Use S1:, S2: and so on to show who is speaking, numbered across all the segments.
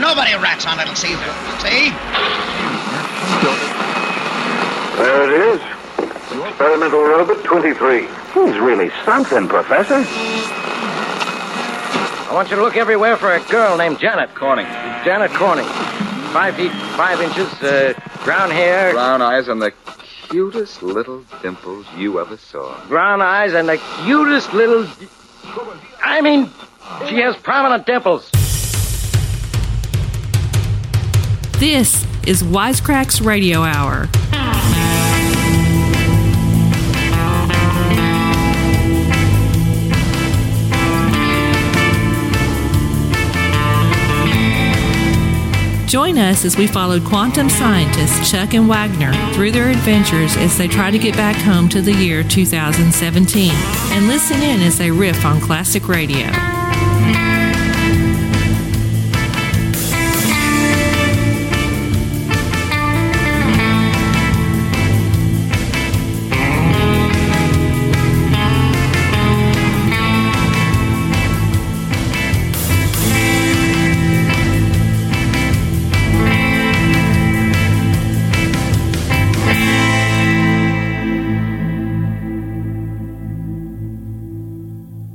S1: Nobody rats on Little Caesar. See?
S2: There it is. Experimental robot 23.
S3: He's really something, Professor.
S4: I want you to look everywhere for a girl named Janet Corning. Janet Corning. Five feet, five inches, uh, brown hair,
S5: Brown eyes and the cutest little dimples you ever saw.
S4: brown eyes, and the cutest little. I mean, she has prominent dimples.
S6: This is Wisecracks Radio Hour. Join us as we follow quantum scientists Chuck and Wagner through their adventures as they try to get back home to the year 2017 and listen in as they riff on classic radio.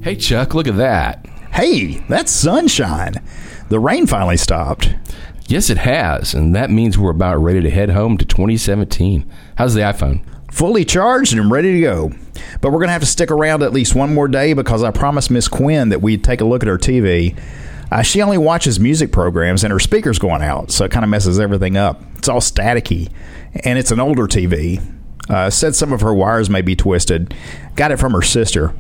S7: Hey, Chuck, look at that.
S8: Hey, that's sunshine. The rain finally stopped.
S7: Yes, it has, and that means we're about ready to head home to 2017. How's the iPhone?
S8: Fully charged and ready to go. But we're going to have to stick around at least one more day because I promised Miss Quinn that we'd take a look at her TV. Uh, she only watches music programs and her speaker's going out, so it kind of messes everything up. It's all staticky, and it's an older TV. Uh, said some of her wires may be twisted. Got it from her sister.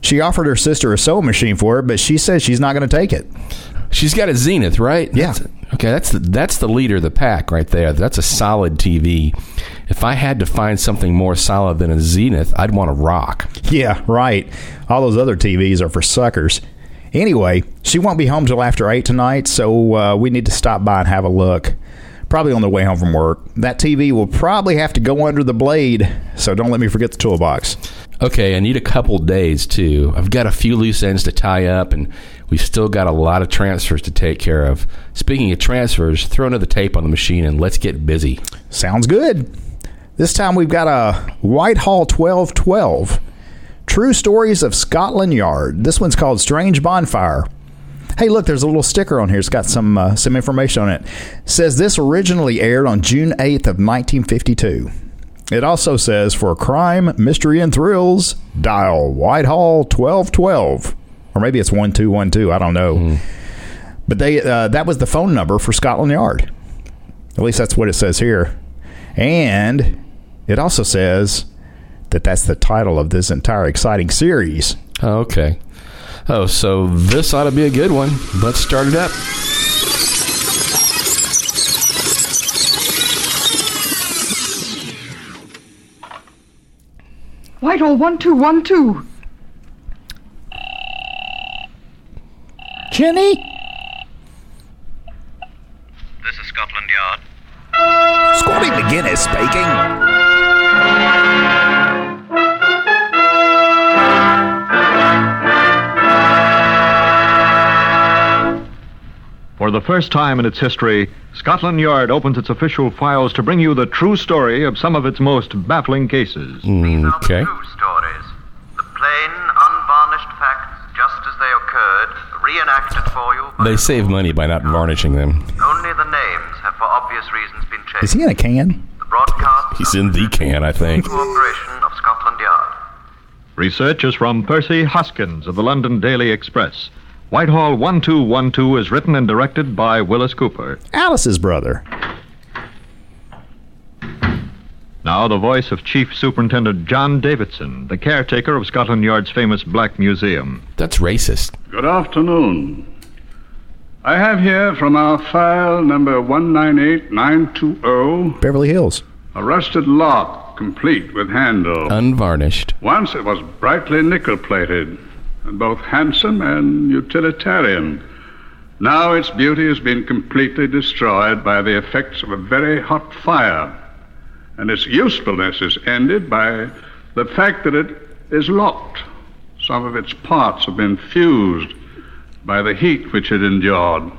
S8: She offered her sister a sewing machine for it, but she says she's not going to take it.
S7: She's got a Zenith, right?
S8: Yeah.
S7: That's- okay, that's the, that's the leader of the pack right there. That's a solid TV. If I had to find something more solid than a Zenith, I'd want a Rock.
S8: Yeah, right. All those other TVs are for suckers. Anyway, she won't be home till after 8 tonight, so uh, we need to stop by and have a look. Probably on the way home from work. That TV will probably have to go under the blade, so don't let me forget the toolbox.
S7: Okay, I need a couple days too. I've got a few loose ends to tie up, and we've still got a lot of transfers to take care of. Speaking of transfers, throw another tape on the machine and let's get busy.
S8: Sounds good. This time we've got a Whitehall 1212. True Stories of Scotland Yard. This one's called Strange Bonfire. Hey, look, there's a little sticker on here. It's got some uh, some information on it. Says this originally aired on June 8th of 1952. It also says for crime, mystery and thrills, dial Whitehall 1212. Or maybe it's 1212, I don't know. But they uh, that was the phone number for Scotland Yard. At least that's what it says here. And it also says that that's the title of this entire exciting series.
S7: Okay. Oh, so this ought to be a good one. Let's start it up.
S9: Whitehall 1212.
S8: Jenny?
S10: This is Scotland Yard.
S8: Scotty McGinnis speaking.
S11: For the first time in its history, Scotland Yard opens its official files to bring you the true story of some of its most baffling cases.
S7: Hmm. Okay.
S10: Stories. The plain, unvarnished facts, just as they occurred, reenacted for you.
S7: They save money by not varnishing them.
S10: Only the names have, for obvious reasons, been changed.
S8: Is he in a can?
S10: The broadcast
S7: He's in the can, I think.
S10: cooperation of Scotland Yard.
S11: Research is from Percy Hoskins of the London Daily Express. Whitehall 1212 is written and directed by Willis Cooper.
S8: Alice's brother.
S11: Now, the voice of Chief Superintendent John Davidson, the caretaker of Scotland Yard's famous Black Museum.
S7: That's racist.
S12: Good afternoon. I have here from our file number 198920
S8: Beverly Hills.
S12: a rusted oh, lock complete with handle.
S7: Unvarnished.
S12: Once it was brightly nickel plated and both handsome and utilitarian. Now its beauty has been completely destroyed by the effects of a very hot fire, and its usefulness is ended by the fact that it is locked. Some of its parts have been fused by the heat which it endured.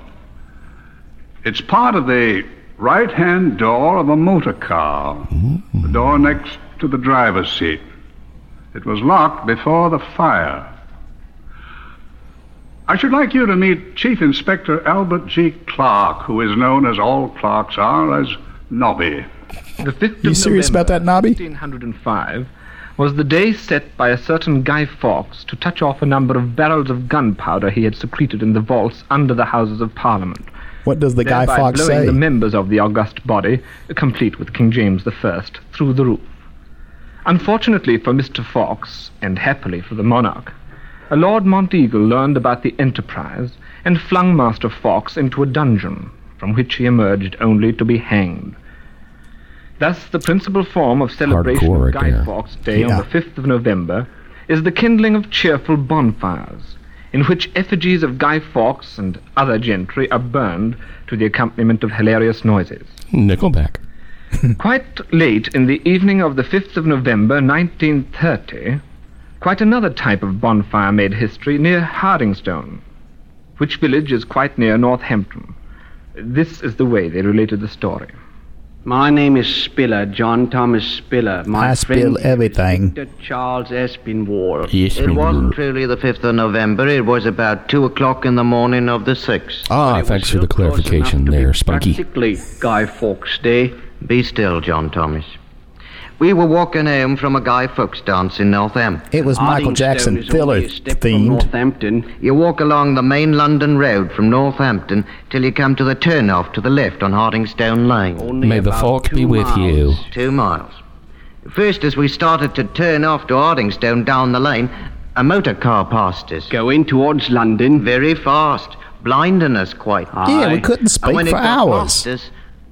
S12: It's part of the right hand door of a motor car, the door next to the driver's seat. It was locked before the fire. I should like you to meet Chief Inspector Albert G. Clark, who is known as all clerks are as Nobby.
S13: The 5th
S8: You
S13: of
S8: serious
S13: November,
S8: about that, Nobby?
S13: 1805 was the day set by a certain Guy Fawkes to touch off a number of barrels of gunpowder he had secreted in the vaults under the Houses of Parliament.
S8: What does the guy
S13: thereby
S8: Fox
S13: blowing
S8: say?
S13: the members of the august body, complete with King James I, through the roof. Unfortunately for Mr. Fox, and happily for the monarch, a Lord Monteagle learned about the enterprise and flung Master Fox into a dungeon, from which he emerged only to be hanged. Thus, the principal form of celebration
S7: Hardcore
S13: of
S7: right
S13: Guy
S7: there.
S13: Fawkes Day
S7: Yeah.
S13: on the 5th of November is the kindling of cheerful bonfires, in which effigies of Guy Fawkes and other gentry are burned to the accompaniment of hilarious noises.
S7: Nickelback.
S13: Quite late in the evening of the 5th of November, 1930, quite another type of bonfire made history near Hardingstone, which village is quite near Northampton. This is the way they related the story.
S14: My name is Spiller, John Thomas Spiller. My
S8: I spill
S14: friend
S8: everything.
S14: Victor Charles Espinwall.
S15: It wasn't really the 5th of November. It was about 2 o'clock in the morning of the 6th.
S7: Ah, thanks for the clarification there, Spunky.
S15: Particularly Guy Fawkes Day. Be still, John Thomas. We were walking home from a Guy Fawkes dance in Northampton.
S8: It was Michael Jackson Thriller themed.
S15: Northampton. You walk along the main London road from Northampton till you come to the turnoff to the left on Hardingstone Lane.
S7: May the Falk be with you.
S15: Two miles. First, as we started to turn off to Ardingstone down the lane, a motor car passed us. Going towards London? Very fast, blinding us quite.
S8: Yeah, we couldn't
S15: and when
S8: speak
S15: it
S8: for
S15: got
S8: hours.
S15: past us,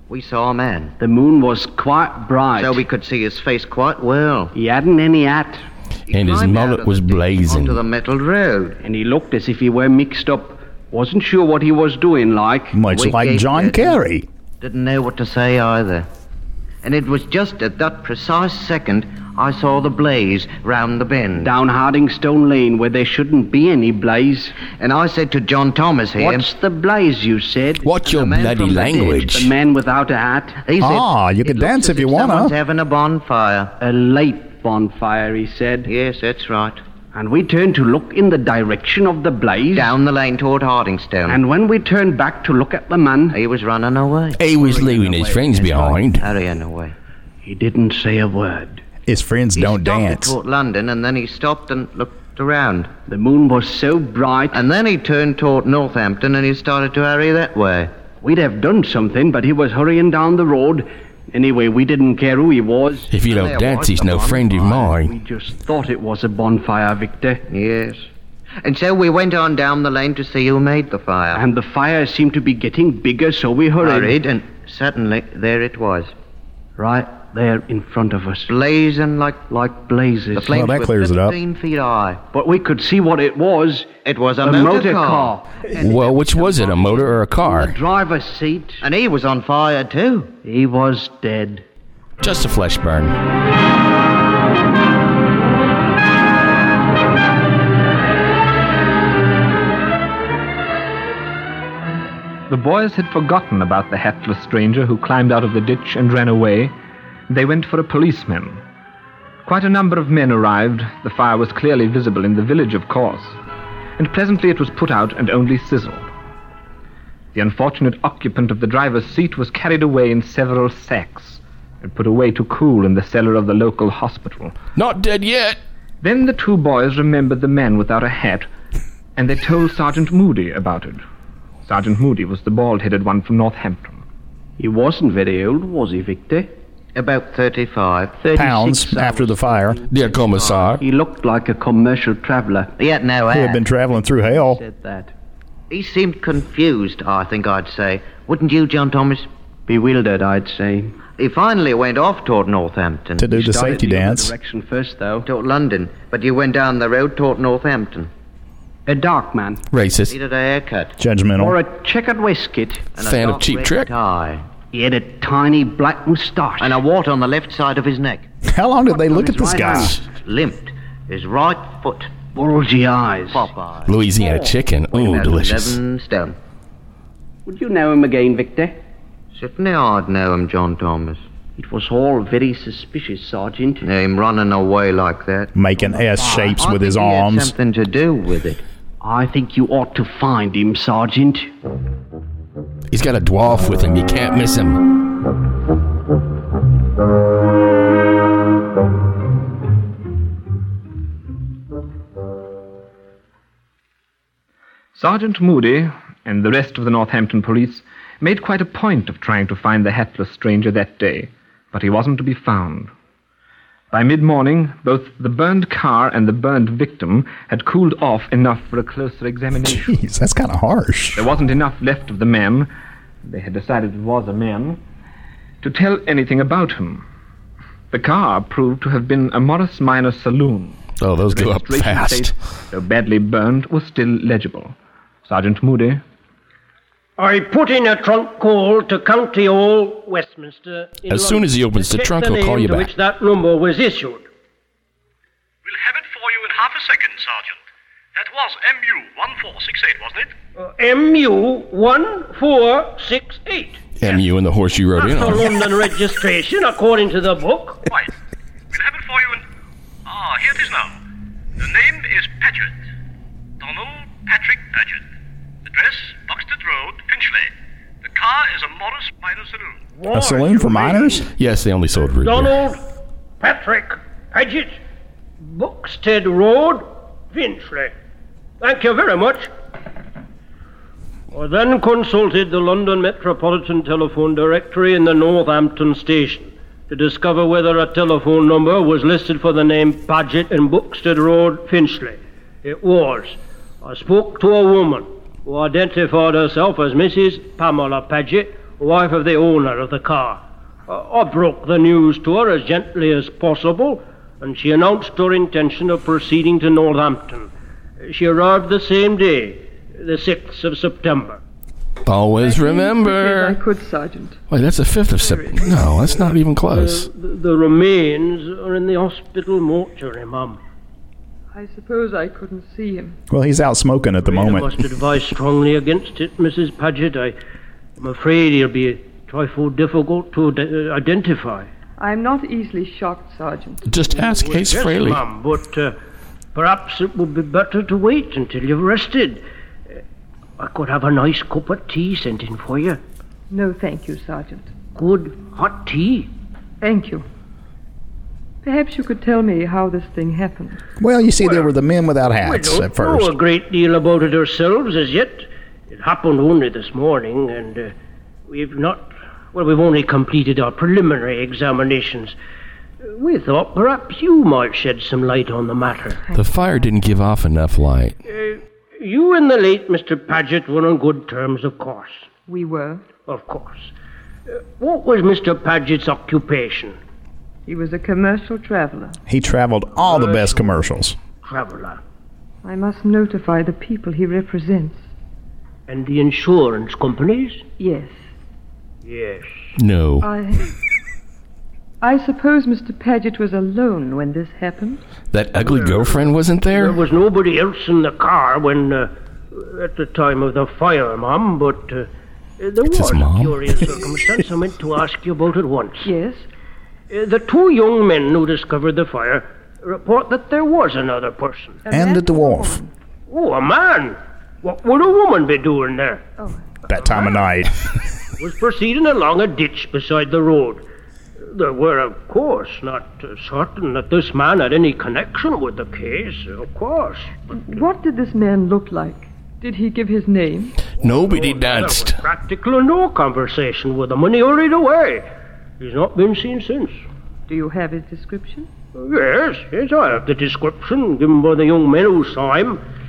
S15: we saw a man. The moon was quite bright. So we could see his face quite well. He hadn't any hat.
S7: And his mullet was blazing.
S15: Onto the metal road.
S14: And he looked as if he were mixed up. Wasn't sure what he was doing like.
S8: Much
S15: We
S8: like
S15: gaped
S8: John
S15: at
S8: Kerry.
S15: Didn't know what to say either. And it was just at that precise second I saw the blaze round the bend. Down Hardingstone Lane, where there shouldn't be any blaze. And I said to John Thomas here.
S14: What's
S15: the blaze, you said? What's your
S14: bloody language?
S15: The man without a hat. He said,
S14: Ah, you
S15: "It
S14: can
S15: looks
S14: dance
S15: as
S14: if you wanna."
S15: Someone's having a bonfire. A late bonfire, he said. Yes, that's right.
S14: And we turned to look in the direction of the blaze.
S15: Down the lane toward Hardingstone.
S14: And when we turned back to look at the man.
S15: He was running away.
S7: He was leaving his friends behind.
S15: Hurrying away.
S14: He didn't say a word.
S8: His friends don't
S15: stopped toward London, and then he stopped and looked around. The moon was so bright. And then he turned toward Northampton and he started to hurry that way.
S14: We'd have done something, but he was hurrying down the road. Anyway, we didn't care who he was.
S7: If you don't dance, he's no friend of mine.
S14: Just thought it was a bonfire, Victor.
S15: Yes. And so we went on down the lane to see who made the fire.
S14: And the fire seemed to be getting bigger, so we hurried.
S15: Hurried, and suddenly there it was.
S14: Right there in front of us.
S15: Blazing like like blazes. The flames
S14: that
S15: were
S14: clears it up.
S15: 15 feet high.
S14: But we could see what it was.
S15: It was a
S14: The
S15: motor,
S14: motor
S15: car.
S7: Well, which was it, a motor or a car?
S15: Driver's seat. And he was on fire too. He was dead.
S7: Just a flesh burn.
S13: The boys had forgotten about the hatless stranger who climbed out of the ditch and ran away. They went for a policeman. Quite a number of men arrived. The fire was clearly visible in the village, of course, and presently it was put out and only sizzled. The unfortunate occupant of the driver's seat was carried away in several sacks and put away to cool in the cellar of the local hospital.
S7: Not dead yet!
S13: Then the two boys remembered the man without a hat, and they told Sergeant Moody about it. Sergeant Moody was the bald headed one from Northampton.
S14: He wasn't very old, was he, Victor?
S15: About 35. 36
S8: Pounds after the fire.
S7: Dear Commissar.
S14: He looked like a commercial traveller.
S15: He had no
S8: Who
S15: hat.
S8: had been traveling through hell.
S15: said that. He seemed confused, I think I'd say. Wouldn't you, John Thomas? Bewildered, I'd say. He finally went off toward Northampton.
S8: To do He the started safety the other dance.
S15: direction first, though. Toward London, but you went down the road toward Northampton. A dark man.
S7: Racist.
S15: Needed a haircut.
S8: Judgmental.
S14: Or a checkered waistcoat.
S15: And a dark red Tie. He had a tiny black moustache. And a wart on the left side of his neck.
S8: How long did they look at this
S15: Right
S8: guy?
S15: hand Limped. His right foot. Bulgy eyes. Popeye.
S7: Louisiana chicken. Ooh,
S15: About
S7: delicious.
S15: Eleven stone.
S14: Would you know him again, Victor?
S15: Certainly I'd know him, John Thomas.
S14: It was all very suspicious, Sergeant.
S15: Yeah, him running away like that.
S8: Making S shapes
S15: I
S8: with his
S15: think he had
S8: arms.
S15: something to do with it.
S14: I think you ought to find him, Sergeant.
S7: He's got a dwarf with him. You can't miss him.
S13: Sergeant Moody and the rest of the Northampton police made quite a point of trying to find the hatless stranger that day, but he wasn't to be found. By mid morning, both the burned car and the burned victim had cooled off enough for a closer examination.
S8: Jeez, that's kind of harsh.
S13: There wasn't enough left of the man, they had decided it was a man, to tell anything about him. The car proved to have been a Morris Minor saloon.
S7: Oh, those go up
S13: Registration
S7: fast.
S13: plate, though badly burned, was still legible. Sergeant Moody,
S16: I put in a trunk call to County Hall, Westminster. in
S7: As soon as he
S16: London
S7: opens the
S16: to check
S7: trunk,
S16: the
S7: he'll call
S16: name
S7: you
S16: to
S7: back.
S16: which that number was issued.
S17: For you in half a second, Sergeant. That was MU 1468, wasn't it?
S16: MU one four six eight.
S7: MU and the horse you rode in
S16: That's the
S7: on.
S16: London registration, according to the book.
S17: Right. We'll have it for you in. Ah, here it is now. The name is Paget. Donald Patrick Paget. Address Buxted Road, Finchley. The car is a Morris Minor Saloon.
S8: A saloon for minors?
S7: Yes, they only sold root beer.
S16: Donald Patrick Paget, Buxted Road, Finchley. Thank you very much. I then consulted the London Metropolitan Telephone Directory in the Northampton station to discover whether a telephone number was listed for the name Paget in Buxted Road, Finchley. It was. I spoke to a woman who identified herself as Mrs. Pamela Paget, wife of the owner of the car. I broke the news to her as gently as possible, and she announced her intention of proceeding to Northampton. She arrived the same day, the 6th of September.
S7: Always
S16: I
S7: remember.
S16: could, Sergeant.
S7: Wait, that's the 5th of September. No, that's not even close.
S16: The, the remains are in the hospital mortuary, Mum.
S18: I suppose I couldn't see him.
S8: Well, he's out smoking at the
S16: I must
S8: moment.
S16: advise strongly against it, Mrs. Paget. I, I'm afraid it'll be a trifle difficult to ide- uh, identify.
S18: I'm not easily shocked, Sergeant.
S7: Just ask Ace
S16: yes,
S7: Frehley.
S16: Mum, but uh, perhaps it would be better to wait until you've rested. Uh, I could have a nice cup of tea sent in for you.
S18: No, thank you, Sergeant.
S16: Good hot tea.
S18: Thank you. Perhaps you could tell me how this thing happened.
S8: Well, you see, there were the men without hats
S16: we don't
S8: at first.
S16: know a great deal about it ourselves as yet. It happened only this morning, and uh, we've not. Well, we've only completed our preliminary examinations. We thought perhaps you might shed some light on the matter.
S7: The fire didn't give off enough light.
S16: You and the late Mr. Paget were on good terms, of course.
S18: We were.
S16: Of course. Uh, what was Mr. Paget's occupation?
S18: He was a commercial traveler.
S8: He traveled all the best commercials.
S16: Traveler.
S18: I must notify the people he represents.
S16: And the insurance companies?
S18: Yes.
S16: Yes.
S7: No.
S18: I. I suppose Mr. Paget was alone when this happened.
S7: That ugly girlfriend wasn't
S16: There
S7: there?
S16: was nobody else in the car when, uh, at the time of the fire, Mum, but uh, there was a curious circumstance I meant to ask you about at once.
S18: Yes?
S16: Uh, the two young men who discovered the fire report that there was another person.
S8: And the dwarf.
S16: Oh, a man! What would a woman be doing there?
S8: That time of night.
S16: was proceeding along a ditch beside the road. They were, of course, not uh, certain that this man had any connection with the case, of course.
S18: What did this man look like? Did he give his name?
S7: Nobody
S16: danced. Practically no conversation with him when he hurried away. He's not been seen since.
S18: Do you have his description?
S16: Yes, yes, I have the description given by the young men who saw him.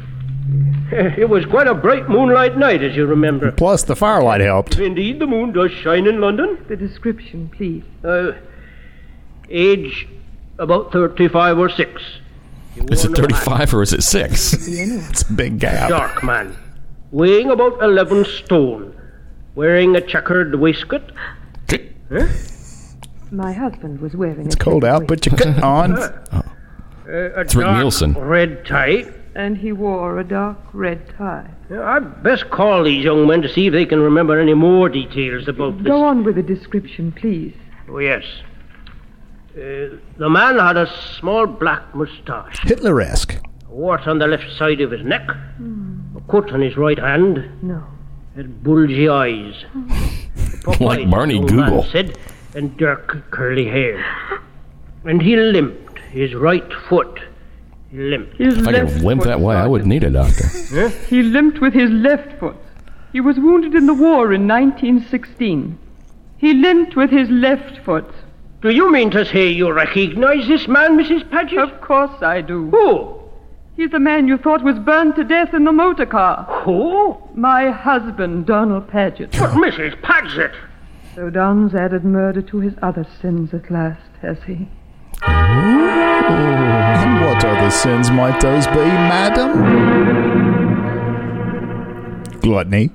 S16: It was quite a bright moonlight night, as you remember.
S8: Plus, the firelight helped.
S16: Indeed, the moon does shine in London.
S18: The description, please.
S16: Uh, age about 35 or 6.
S7: Is it 35 or is it 6?
S8: It's a big gap.
S16: Dark man. Weighing about 11 stone. Wearing a checkered waistcoat.
S18: My husband was wearing
S8: It's cold out. Put your coat on.
S16: Uh, a
S8: It's Rick
S16: dark
S8: Nielsen.
S16: Red tie
S18: and he wore a dark red tie.
S16: I'd best call these young men to see if they can remember any more details about this.
S18: Go on with the description, please.
S16: Oh, yes. Uh, the man had a small black moustache,
S8: Hitleresque.
S16: a wart on the left side of his neck, a cut on his right hand,
S18: No.
S16: and bulgy eyes.
S7: like Barney
S16: Old man
S7: Google.
S16: said, and dark curly hair. And he limped, his right foot. He limped.
S18: His
S7: If I
S18: left
S7: could limp that way, I wouldn't need a doctor.
S18: He limped with his left foot. He was wounded in the war in 1916. He limped with his left foot.
S16: Do you mean to say you recognize this man, Mrs. Paget?
S18: Of course I do.
S16: Who?
S18: He's the man you thought was burned to death in the motor car.
S16: Who?
S18: My husband, Donald Paget.
S16: But Mrs. Paget!
S18: So Don's added murder to his other sins at last, has he?
S8: And what other sins might those be, madam? Gluttony.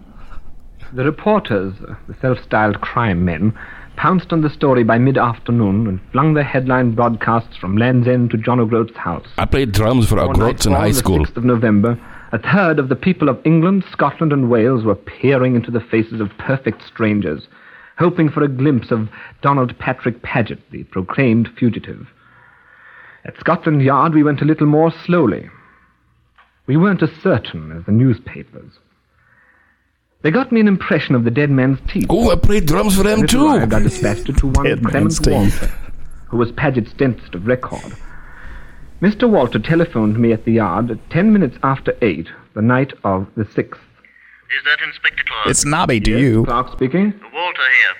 S13: The reporters, the self styled crime men, pounced on the story by mid afternoon and flung their headline broadcasts from Land's End to John O'Groat's house.
S7: I played drums for
S13: One
S7: O'Groats
S13: night,
S7: in
S13: on
S7: high
S13: the
S7: school.
S13: 6th of November, a third of the people of England, Scotland, and Wales were peering into the faces of perfect strangers, hoping for a glimpse of Donald Patrick Paget, the proclaimed fugitive. At Scotland Yard, we went a little more slowly. We weren't as certain as the newspapers. They got me an impression of the dead man's teeth.
S7: Oh, I played drums for them
S13: When it
S7: too.
S13: arrived, I dispatched it to one
S7: Dead man's
S13: Clement
S7: teeth.
S13: Walter, who was Paget's dentist of record. Mr. Walter telephoned me at the yard at ten minutes after eight, the night of the sixth.
S17: Is that Inspector Clark?
S8: It's Nobby to
S13: Yes,
S8: you.
S13: Clark speaking.
S17: Walter here,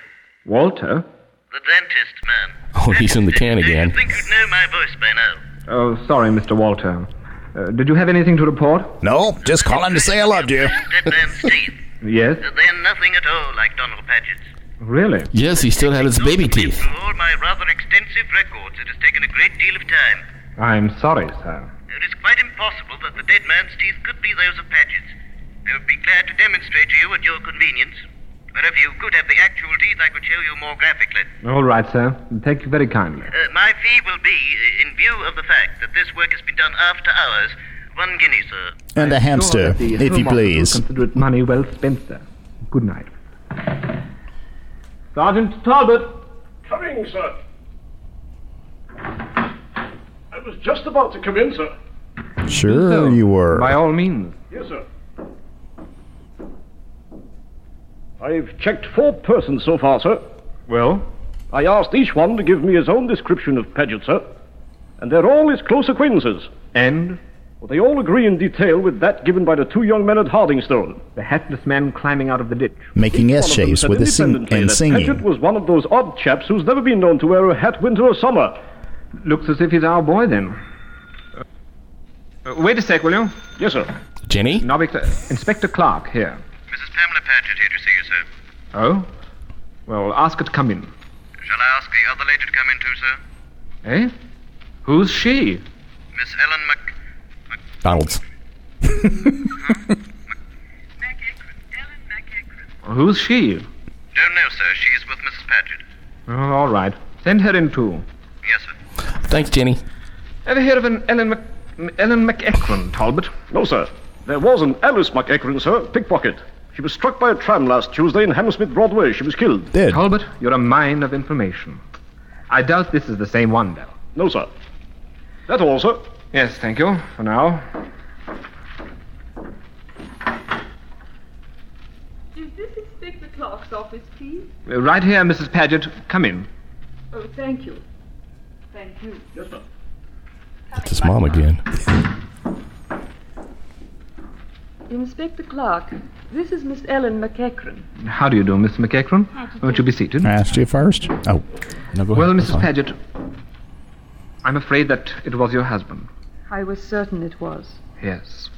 S13: Walter?
S17: the dentist man.
S7: Oh, he's in the can
S17: I
S7: again.
S17: think you'd know my voice by now.
S13: Oh, sorry, Mr. Walter. Uh, did you have anything to report?
S8: No, just calling to say I loved you.
S17: Dead man's teeth.
S13: Yes?
S17: They're nothing at all like Donald Paget's.
S13: Really?
S7: Yes, he still had his baby teeth.
S17: For all my rather extensive records, it has taken a great deal of time.
S13: I'm sorry, sir.
S17: It is quite impossible that the dead man's teeth could be those of Paget's. I would be glad to demonstrate to you at your convenience. But if you could have the actual teeth, I could show you more graphically.
S13: All right, sir. Thank you very kindly.
S17: Uh, my fee will be, uh, in view of the fact that this work has been done after hours, one guinea, sir.
S8: And a hamster,
S13: The
S8: if you
S13: Home Office will
S8: please.
S13: Consider it money well spent, sir. Good night. Sergeant Talbot.
S19: Coming, sir. I was just about to come in, sir.
S8: Sure you were.
S13: By all means.
S19: Yes, sir.
S20: I've checked four persons so far, sir.
S13: Well?
S20: I asked each one to give me his own description of Paget, sir. And they're all his close acquaintances.
S13: And?
S20: Well, they all agree in detail with that given by the two young men at Hardingstone.
S13: The hatless man climbing out of the ditch.
S8: Making S shapes
S20: said
S8: with his sing-
S20: independently
S8: and
S20: that
S8: singing.
S20: Paget was one of those odd chaps who's never been known to wear a hat winter or summer.
S13: Looks as if he's our boy, then. Uh, wait a sec, will you?
S20: Yes, sir.
S7: Jenny?
S13: Nobbix, uh, Inspector Clark here.
S17: Mrs. Pamela Paget here to see you, sir.
S13: Oh? Well, ask her to come in.
S17: Shall I ask the other lady to come in too, sir?
S13: Eh? Who's she?
S17: Miss Ellen Mc...
S7: Donald's.
S13: Who's she?
S17: Don't know, sir. She is with Mrs. Paget.
S13: Oh, all right. Send her in, too.
S17: Yes, sir.
S7: Thanks, Jenny.
S13: Ever hear of an Ellen Mc... Ellen McEachran, Talbot?
S20: No, sir. There was an Alice McEachran, sir, pickpocket. She was struck by a tram last Tuesday in Hammersmith Broadway. She was killed.
S8: Dead.
S13: Talbot, you're a mine of information. I doubt this is the same one, though.
S20: No, sir. That all, sir.
S13: Yes, thank you, for now.
S18: Is this Inspector Clark's office, please?
S13: Uh, Right here, Mrs. Paget. Come in.
S18: Oh, thank you. Thank you. Yes, sir.
S7: It's his mom again.
S18: Inspector Clark, this is Miss Ellen McEachran.
S13: How do you do, Miss McEachran? Won't you be seated?
S8: I asked you first. Oh.
S13: Well, Mrs. Paget, I'm afraid that it was your husband.
S18: I was certain it was.
S13: Yes.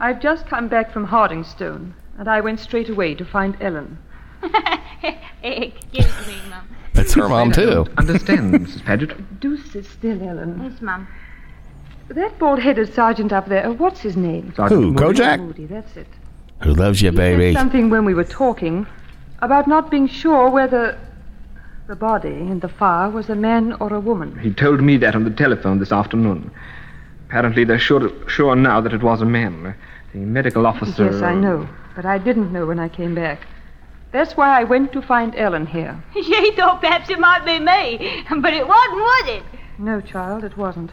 S18: I've just come back from Hardingstone, and I went straight away to find Ellen.
S21: Excuse me, Mum.
S7: That's her mom, too.
S13: Understand, Mrs. Paget.
S18: Do sit still, Ellen.
S21: Yes, Mum.
S18: That bald-headed sergeant up there, uh, what's his name?
S7: Sergeant Who, Moody? Kojak?
S18: Moody, that's it.
S7: Who loves you, baby?
S18: Something when we were talking about not being sure whether the body in the fire was a man or a woman.
S13: He told me that on the telephone this afternoon. Apparently, they're sure, sure now that it was a man. The medical officer.
S18: Yes,
S7: uh,
S18: I know. But I didn't know when I came back. That's why I went to find Ellen here.
S21: She thought perhaps it might be me, but it wasn't, was it?
S18: No, child, it wasn't.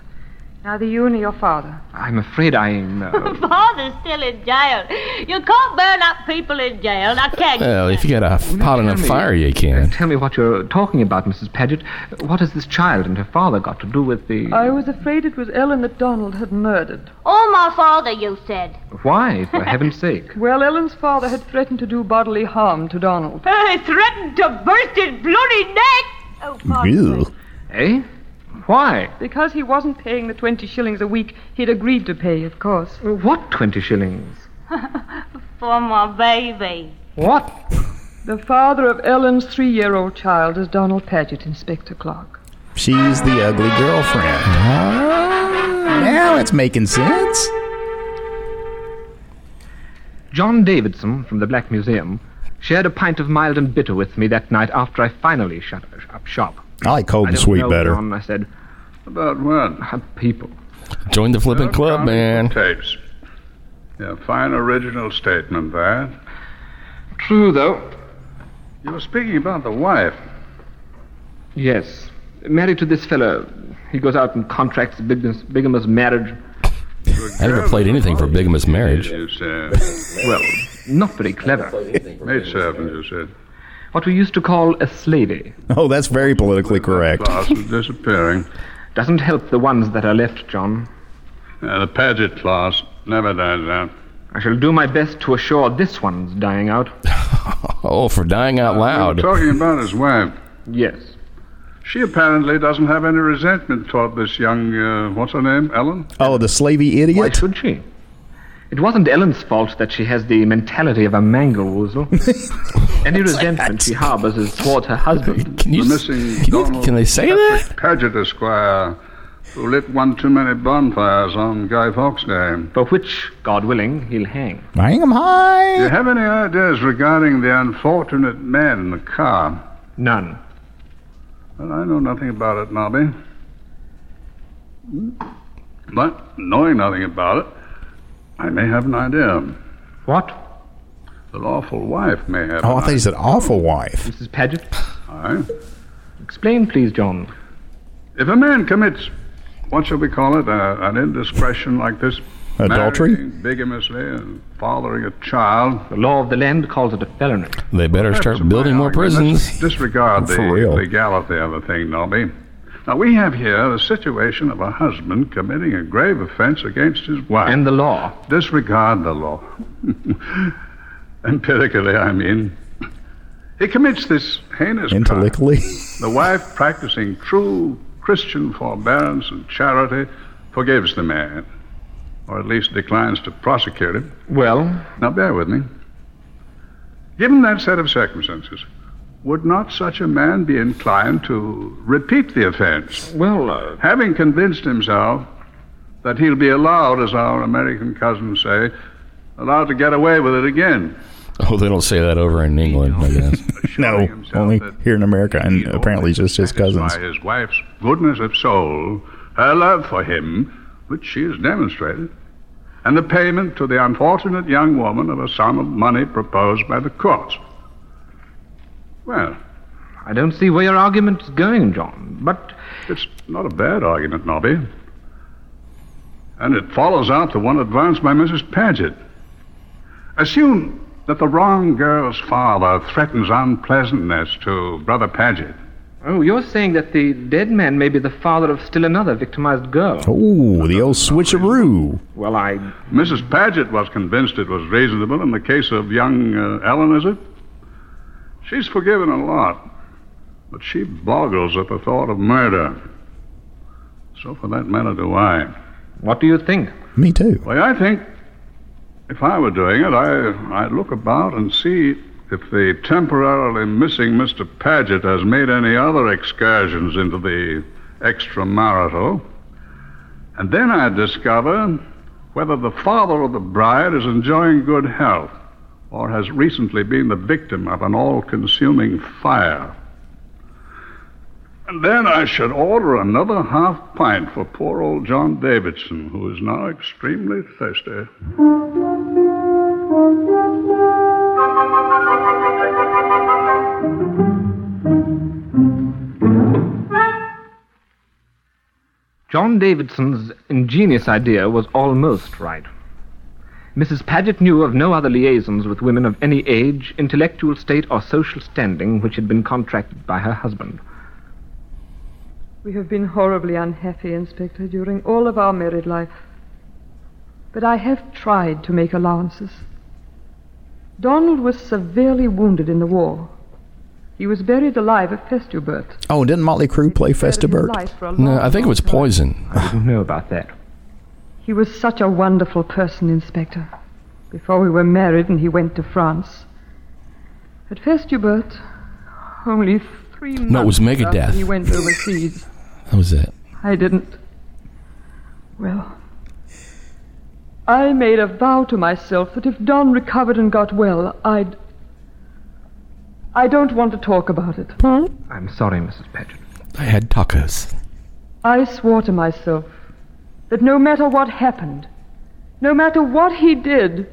S18: Neither you nor your father.
S13: I'm afraid I know.
S21: Father's still in jail. You can't burn up people in jail, now can you?
S7: Well, if you got a f- pot enough fire, you can.
S13: uh, Tell me what you're talking about, Mrs. Paget. What has this child and her father got to do with the.
S18: I was afraid it was Ellen that Donald had murdered.
S21: All my father, you said.
S13: Why, for heaven's sake?
S18: Well, Ellen's father had threatened to do bodily harm to Donald.
S21: He threatened to burst his bloody neck. Oh, pardon.
S13: You? Eh? Why?
S18: Because he wasn't paying the 20 shillings a week he'd agreed to pay, of course.
S13: What? Twenty shillings.
S21: For my baby.
S13: What?
S18: The father of Ellen's three year old child is Donald Paget, Inspector Clark.
S8: She's the ugly girlfriend. Ah, now it's making sense.
S13: John Davidson from the Black Museum shared a pint of mild and bitter with me that night after I finally shut up shop.
S8: I like cold
S13: I
S8: and
S13: don't
S8: sweet
S13: know,
S8: better.
S13: John, I said,
S12: About what?
S13: people.
S7: Join the flipping club, man.
S12: Tapes. Yeah, fine original statement there.
S13: True, though.
S12: You were speaking about the wife.
S13: Yes. Married to this fellow. He goes out and contracts bigamus, bigamous marriage.
S7: I never played anything for bigamous marriage.
S12: You said.
S13: well, not very clever.
S12: Maidservant, you said.
S13: What we used to call a slavey.
S8: Oh, that's very politically correct.
S12: Class was disappearing.
S13: Doesn't help the ones that are left, John.
S12: Uh, the Paget class never dies out.
S13: I shall do my best to assure this one's dying out.
S7: Oh, for dying out
S12: We
S7: loud.
S12: were talking about his wife.
S13: Yes.
S12: She apparently doesn't have any resentment toward this young, uh, what's her name, Ellen?
S8: Oh, the slavey idiot? Why
S13: should she? It wasn't Ellen's fault that she has the mentality of a manglewoozle. Any resentment she harbors is toward her husband.
S7: Can you
S12: the missing Donald
S7: can they say
S12: that? Paget Esquire, who lit one too many bonfires on Guy Fawkes Day.
S13: For which, God willing, he'll hang.
S8: Hang 'em high.
S12: Do you have any ideas regarding the unfortunate man in the car?
S13: None.
S12: Well, I know nothing about it, Nobby. But knowing nothing about it, I may have an idea.
S13: What?
S12: The lawful wife may have.
S8: Oh, I
S12: an
S8: thought he said awful wife.
S13: Mrs. Paget?
S12: Aye.
S13: Explain, please, John.
S12: If a man commits, what shall we call it, uh, an indiscretion like this?
S8: Adultery?
S12: marrying Bigamously and fathering a child.
S13: The law of the land calls it a felony.
S7: They better start building more prisons.
S12: Disregard the
S7: For real.
S12: legality of the thing, Nobby. Now, we have here the situation of a husband committing a grave offense against his wife.
S13: And the law.
S12: Disregard the law. Empirically, I mean. He commits this heinous crime.
S8: Intellectually?
S12: The wife, practicing true Christian forbearance and charity, forgives the man, or at least declines to prosecute him.
S13: Well,
S12: Now, bear with me. Given that set of circumstances, would not such a man be inclined to repeat the offense?
S13: Well, uh,
S12: having convinced himself that he'll be allowed, as our American cousins say, allowed to get away with it again.
S7: Oh, they don't say that over in England, I guess.
S8: No, only here in America, and apparently just his cousins.
S12: By his wife's goodness of soul, her love for him, which she has demonstrated, and the payment to the unfortunate young woman of a sum of money proposed by the courts. Well,
S13: I don't see where your argument is going, John, but.
S12: It's not a bad argument, Nobby. And it follows out the one advanced by Mrs. Paget. Assume that the wrong girl's father threatens unpleasantness to Brother Paget.
S13: Oh, you're saying that the dead man may be the father of still another victimized girl.
S8: Oh, the old switcheroo.
S13: Well, I.
S12: Mrs. Paget was convinced it was reasonable in the case of young uh, Ellen, is it? She's forgiven a lot, but she boggles at the thought of murder. So, for that matter, do I.
S13: What do you think?
S8: Me too.
S12: Well, I think if I were doing it, I, I'd look about and see if the temporarily missing Mr. Paget has made any other excursions into the extramarital. And then I'd discover whether the father of the bride is enjoying good health or has recently been the victim of an all consuming fire. And then I should order another half pint for poor old John Davidson, who is now extremely thirsty.
S13: John Davidson's ingenious idea was almost right. Mrs. Paget knew of no other liaisons with women of any age, intellectual state, or social standing which had been contracted by her husband.
S18: We have been horribly unhappy, Inspector, during all of our married life. But I have tried to make allowances. Donald was severely wounded in the war. He was buried alive at Festubert.
S8: Oh, didn't Motley Crue play
S18: life for a
S8: Festibert?
S18: No, long I think it was
S7: poison.
S13: I didn't know about that.
S18: He was such a wonderful person, Inspector. Before we were married and he went to France. At Festubert, only three months
S7: No, it was
S18: after
S7: Megadeth.
S18: he went overseas,
S7: That was it.
S18: I didn't. Well, I made a vow to myself that if Don recovered and got well, I'd. I don't want to talk about it.
S13: I'm sorry, Mrs. Paget.
S7: I had tacos.
S18: I swore to myself that no matter what happened, no matter what he did,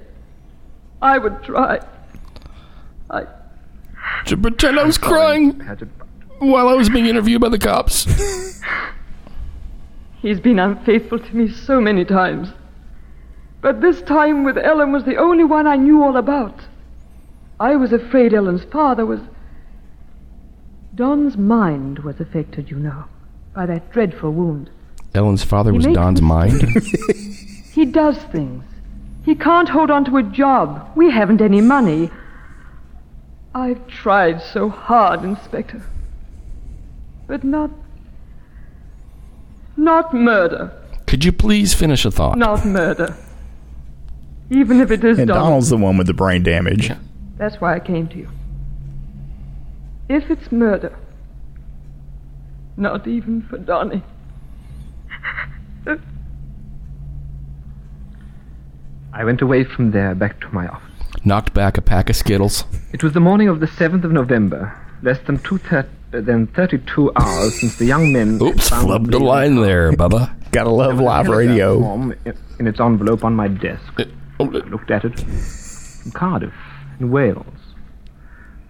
S18: I would try. I.
S7: To pretend I was crying while I was being interviewed by the cops.
S18: He's been unfaithful to me so many times. But this time with Ellen was the only one I knew all about. I was afraid Ellen's father was. Don's mind was affected, you know, by that dreadful wound.
S7: Ellen's father
S18: He
S7: was
S18: made-
S7: Don's mind.
S18: He does things. He can't hold on to a job. We haven't any money. I've tried so hard, Inspector. But not. Not murder.
S7: Could you please finish a thought?
S18: Not murder. Even if it is
S8: And
S18: Donald.
S8: Donald's the one with the brain damage.
S18: That's why I came to you. If it's murder, not even for Donnie.
S13: I went away from there back to my office.
S7: Knocked back a pack of Skittles.
S13: It was the morning of the 7th of November, less than, two thir- uh, than 32 hours since the young men. Oops,
S7: flubbed a line there, Bubba.
S8: Gotta love live radio.
S13: Form in, in its envelope on my desk.
S7: Uh, oh,
S13: I looked at it. From Cardiff, in Wales.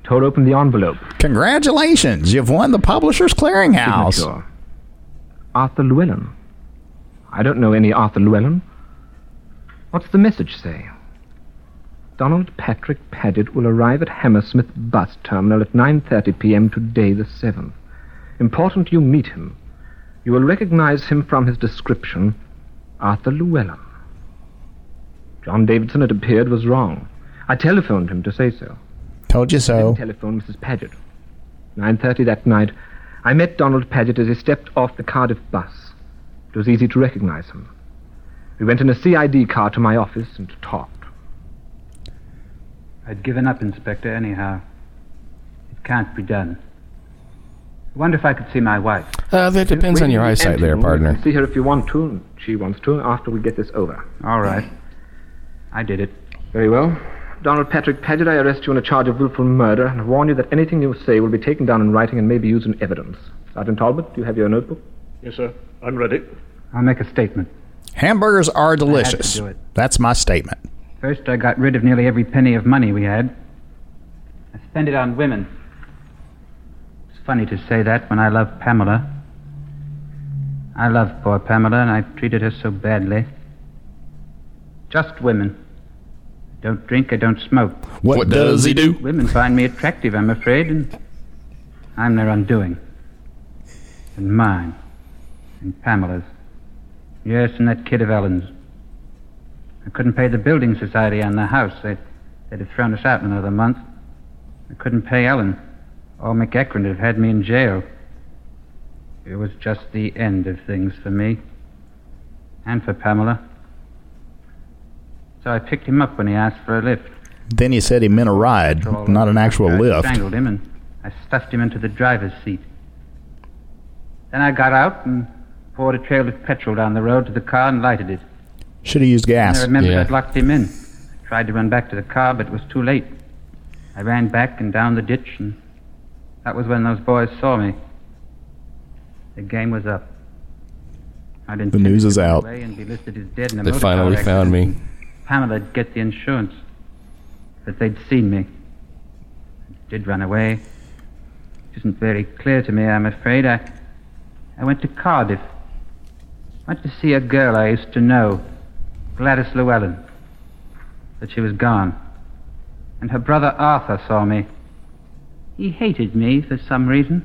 S13: Tore open the envelope.
S8: Congratulations, you've won the Publishers Clearinghouse.
S13: Signature. Arthur Llewellyn. I don't know any Arthur Llewellyn. What's the message say? Donald Patrick Paget will arrive at Hammersmith bus terminal at 9:30 p.m. today the 7th. Important you meet him. You will recognize him from his description, Arthur Llewellyn. John Davidson, it appeared, was wrong. I telephoned him to say so.
S8: Told you so.
S13: Telephoned Mrs. Paget. 9.30 that night, I met Donald Paget as he stepped off the Cardiff bus. It was easy to recognize him. We went in a CID car to my office and talked.
S1: I'd given up, Inspector, anyhow. It can't be done. I wonder if I could see my wife.
S7: Uh, that depends on your eyesight there, partner.
S13: See her if you want to, and she wants to, after we get this over.
S1: All right. I did it.
S13: Very well. Donald Patrick Paget, I arrest you on a charge of willful murder and warn you that anything you say will be taken down in writing and may be used in evidence. Sergeant Talbot, do you have your notebook?
S19: Yes, sir. I'm ready.
S1: I'll make a statement.
S8: Hamburgers are
S1: to
S8: delicious.
S1: do it.
S8: That's my statement.
S1: First, I got rid of nearly every penny of money we had. I spent it on women. It's funny to say that when I love Pamela. I loved poor Pamela, and I treated her so badly. Just women. I don't drink, I don't smoke.
S8: What What does does he do?
S1: Women find me attractive, I'm afraid, and I'm their undoing. And mine. And Pamela's. Yes, and that kid of Ellen's. I couldn't pay the building society on the house. They'd, they'd have thrown us out in another month. I couldn't pay Ellen. Or McEachran would have had me in jail. It was just the end of things for me. And for Pamela. So I picked him up when he asked for a lift.
S8: Then he said he meant a ride, not an actual lift.
S1: I strangled him and I stuffed him into the driver's seat. Then I got out and poured a trail of petrol down the road to the car and lighted it.
S8: Should have used
S1: And
S8: gas.
S1: I remembered I'd locked him in. I tried to run back to the car, but it was too late. I ran back and down the ditch, and that was when those boys saw me. The game was up. I didn't
S8: The news is out.
S1: away and be listed as dead in a
S7: They
S1: motor
S7: finally
S1: car accident.
S7: found me.
S1: Pamela'd get the insurance. That they'd seen me. I did run away. It isn't very clear to me, I'm afraid. I, I went to Cardiff. Went to see a girl I used to know, Gladys Llewellyn. But she was gone. And her brother Arthur saw me. He hated me for some reason.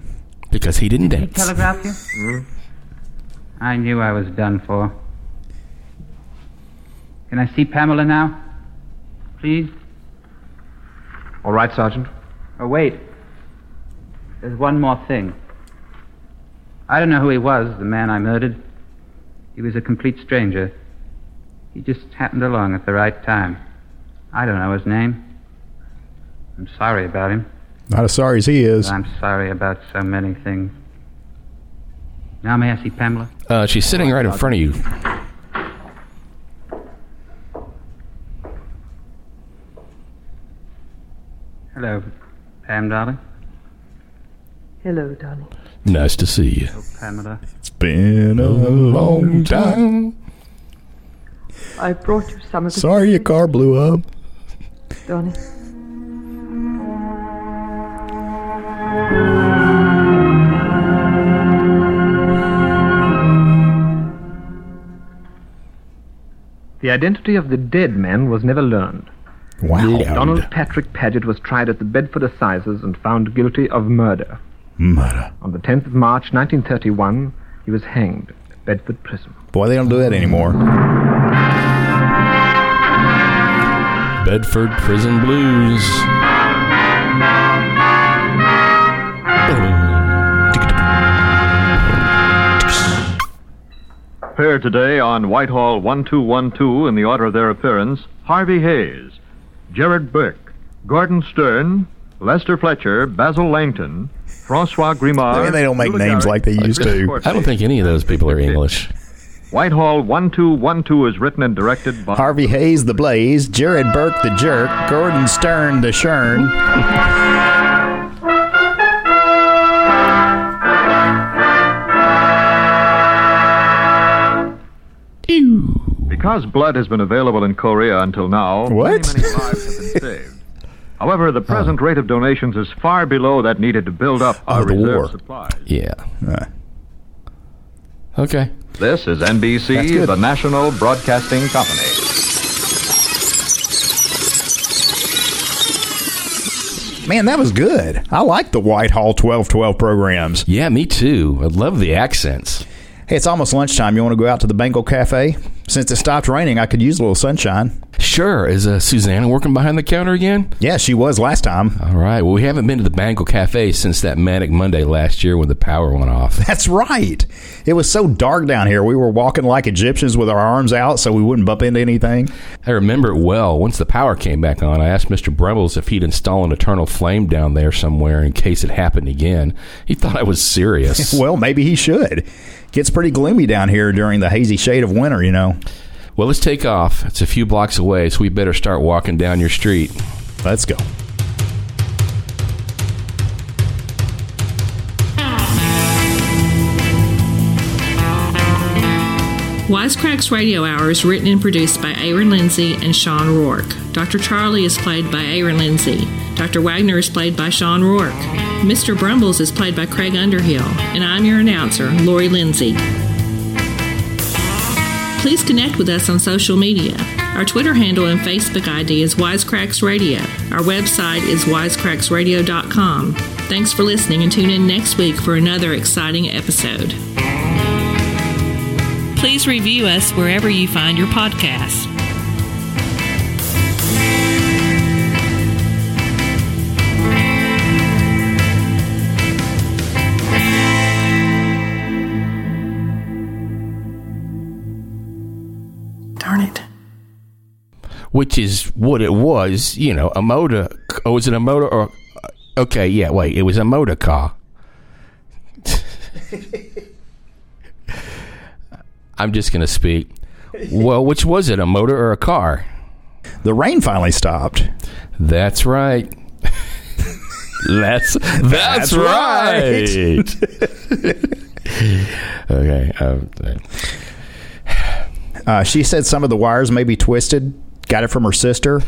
S7: Because he didn't
S1: Did he
S7: dance.
S1: telegraph you? Hmm? I knew I was done for. Can I see Pamela now? Please?
S13: All right, Sergeant.
S1: Oh, wait. There's one more thing. I don't know who he was, the man I murdered. He was a complete stranger. He just happened along at the right time. I don't know his name. I'm sorry about him.
S8: Not as sorry as he is.
S1: I'm sorry about so many things. Now may I see Pamela?
S7: Uh, she's sitting right in front of you.
S1: Hello, Pam, darling.
S18: Hello, Donnie.
S7: Nice to see you.
S1: Oh, Pamela.
S8: It's been a long time.
S18: I brought you some of the
S8: Sorry your car blew up.
S18: Donnie.
S13: The identity of the dead man was never learned.
S8: Wow.
S13: Donald Patrick Paget was tried at the Bedford Assizes and found guilty of murder.
S8: Murder.
S13: On the 10th of March, 1931, he was hanged at Bedford Prison.
S8: Boy, they don't do that anymore.
S7: Bedford Prison Blues.
S11: Appear today on Whitehall 1212 in the order of their appearance Harvey Hayes, Jared Burke, Gordon Stern, Lester Fletcher, Basil Langton, Francois Grimard.
S8: They don't make names like they used to.
S7: I don't think any of those people are English.
S11: Whitehall 1212 is written and directed by
S8: Harvey Hayes, the Blaze. Jared Burke, the Jerk. Gordon Stern, the Shern.
S11: Because blood has been available in Korea until now,
S8: What?
S11: many, many lives have been saved. However, the present rate of donations is far below that needed to build up
S7: Oh,
S11: our
S7: the
S11: reserve
S7: war.
S11: supply.
S7: Yeah. Okay.
S11: This is
S7: That's
S11: NBC,
S7: good.
S11: the national broadcasting company.
S8: Man, that was good. I like the Whitehall 1212 programs.
S7: Yeah, me too. I love the accents.
S8: Hey, it's almost lunchtime. You want to go out to the Bengal Cafe? Since it stopped raining, I could use a little sunshine.
S7: Sure. Is uh, Susanna working behind the counter again?
S8: Yeah, she was last time.
S7: All right. Well, we haven't been to the Bangle Cafe since that Manic Monday last year when the power went off.
S8: That's right. It was so dark down here. We were walking like Egyptians with our arms out so we wouldn't bump into anything.
S7: I remember it well. Once the power came back on, I asked Mr. Brumbles if he'd install an eternal flame down there somewhere in case it happened again. He thought I was serious.
S8: Well, maybe he should. Gets pretty gloomy down here during the hazy shade of winter, you know.
S7: Well, let's take off. It's a few blocks away, so we better start walking down your street.
S8: Let's go.
S6: Wisecracks Radio Hour is written and produced by Aaron Lindsay and Sean Rourke. Dr. Charlie is played by Aaron Lindsay. Dr. Wagner is played by Sean Rourke. Mr. Brumbles is played by Craig Underhill. And I'm your announcer, Lori Lindsay. Please connect with us on social media. Our Twitter handle and Facebook ID is Wisecracks Radio. Our website is wisecracksradio.com. Thanks for listening and tune in next week for another exciting episode. Please review us wherever you find your podcasts.
S2: Darn it.
S7: Which is what it was, you know, a motor. Oh, was it a motor or. Okay, yeah, wait. It was a motor car. I'm just going to speak. Well, which was it, a motor or a car?
S8: The rain finally stopped.
S7: That's right. that's that's,
S8: That's right.
S7: right. okay. Um,
S8: Uh, she said some of the wires may be twisted. Got it from her sister.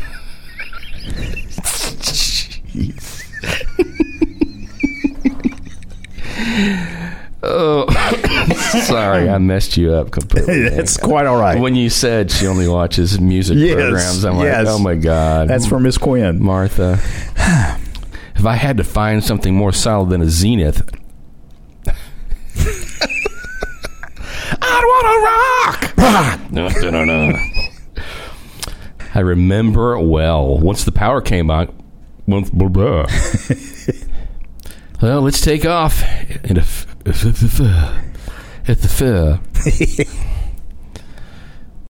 S7: oh, sorry, I messed you up completely.
S8: It's quite all right.
S7: When you said she only watches music
S8: Yes,
S7: programs, I'm like,
S8: yes.
S7: oh my god,
S8: That's from Miss Quinn,
S7: Martha. if I had to find something more solid than a Zenith, I want to rock. no, no, no, no. I remember well. Once the power came on, once, blah, blah. well, let's take off. And if, if, if, if, if, if, if,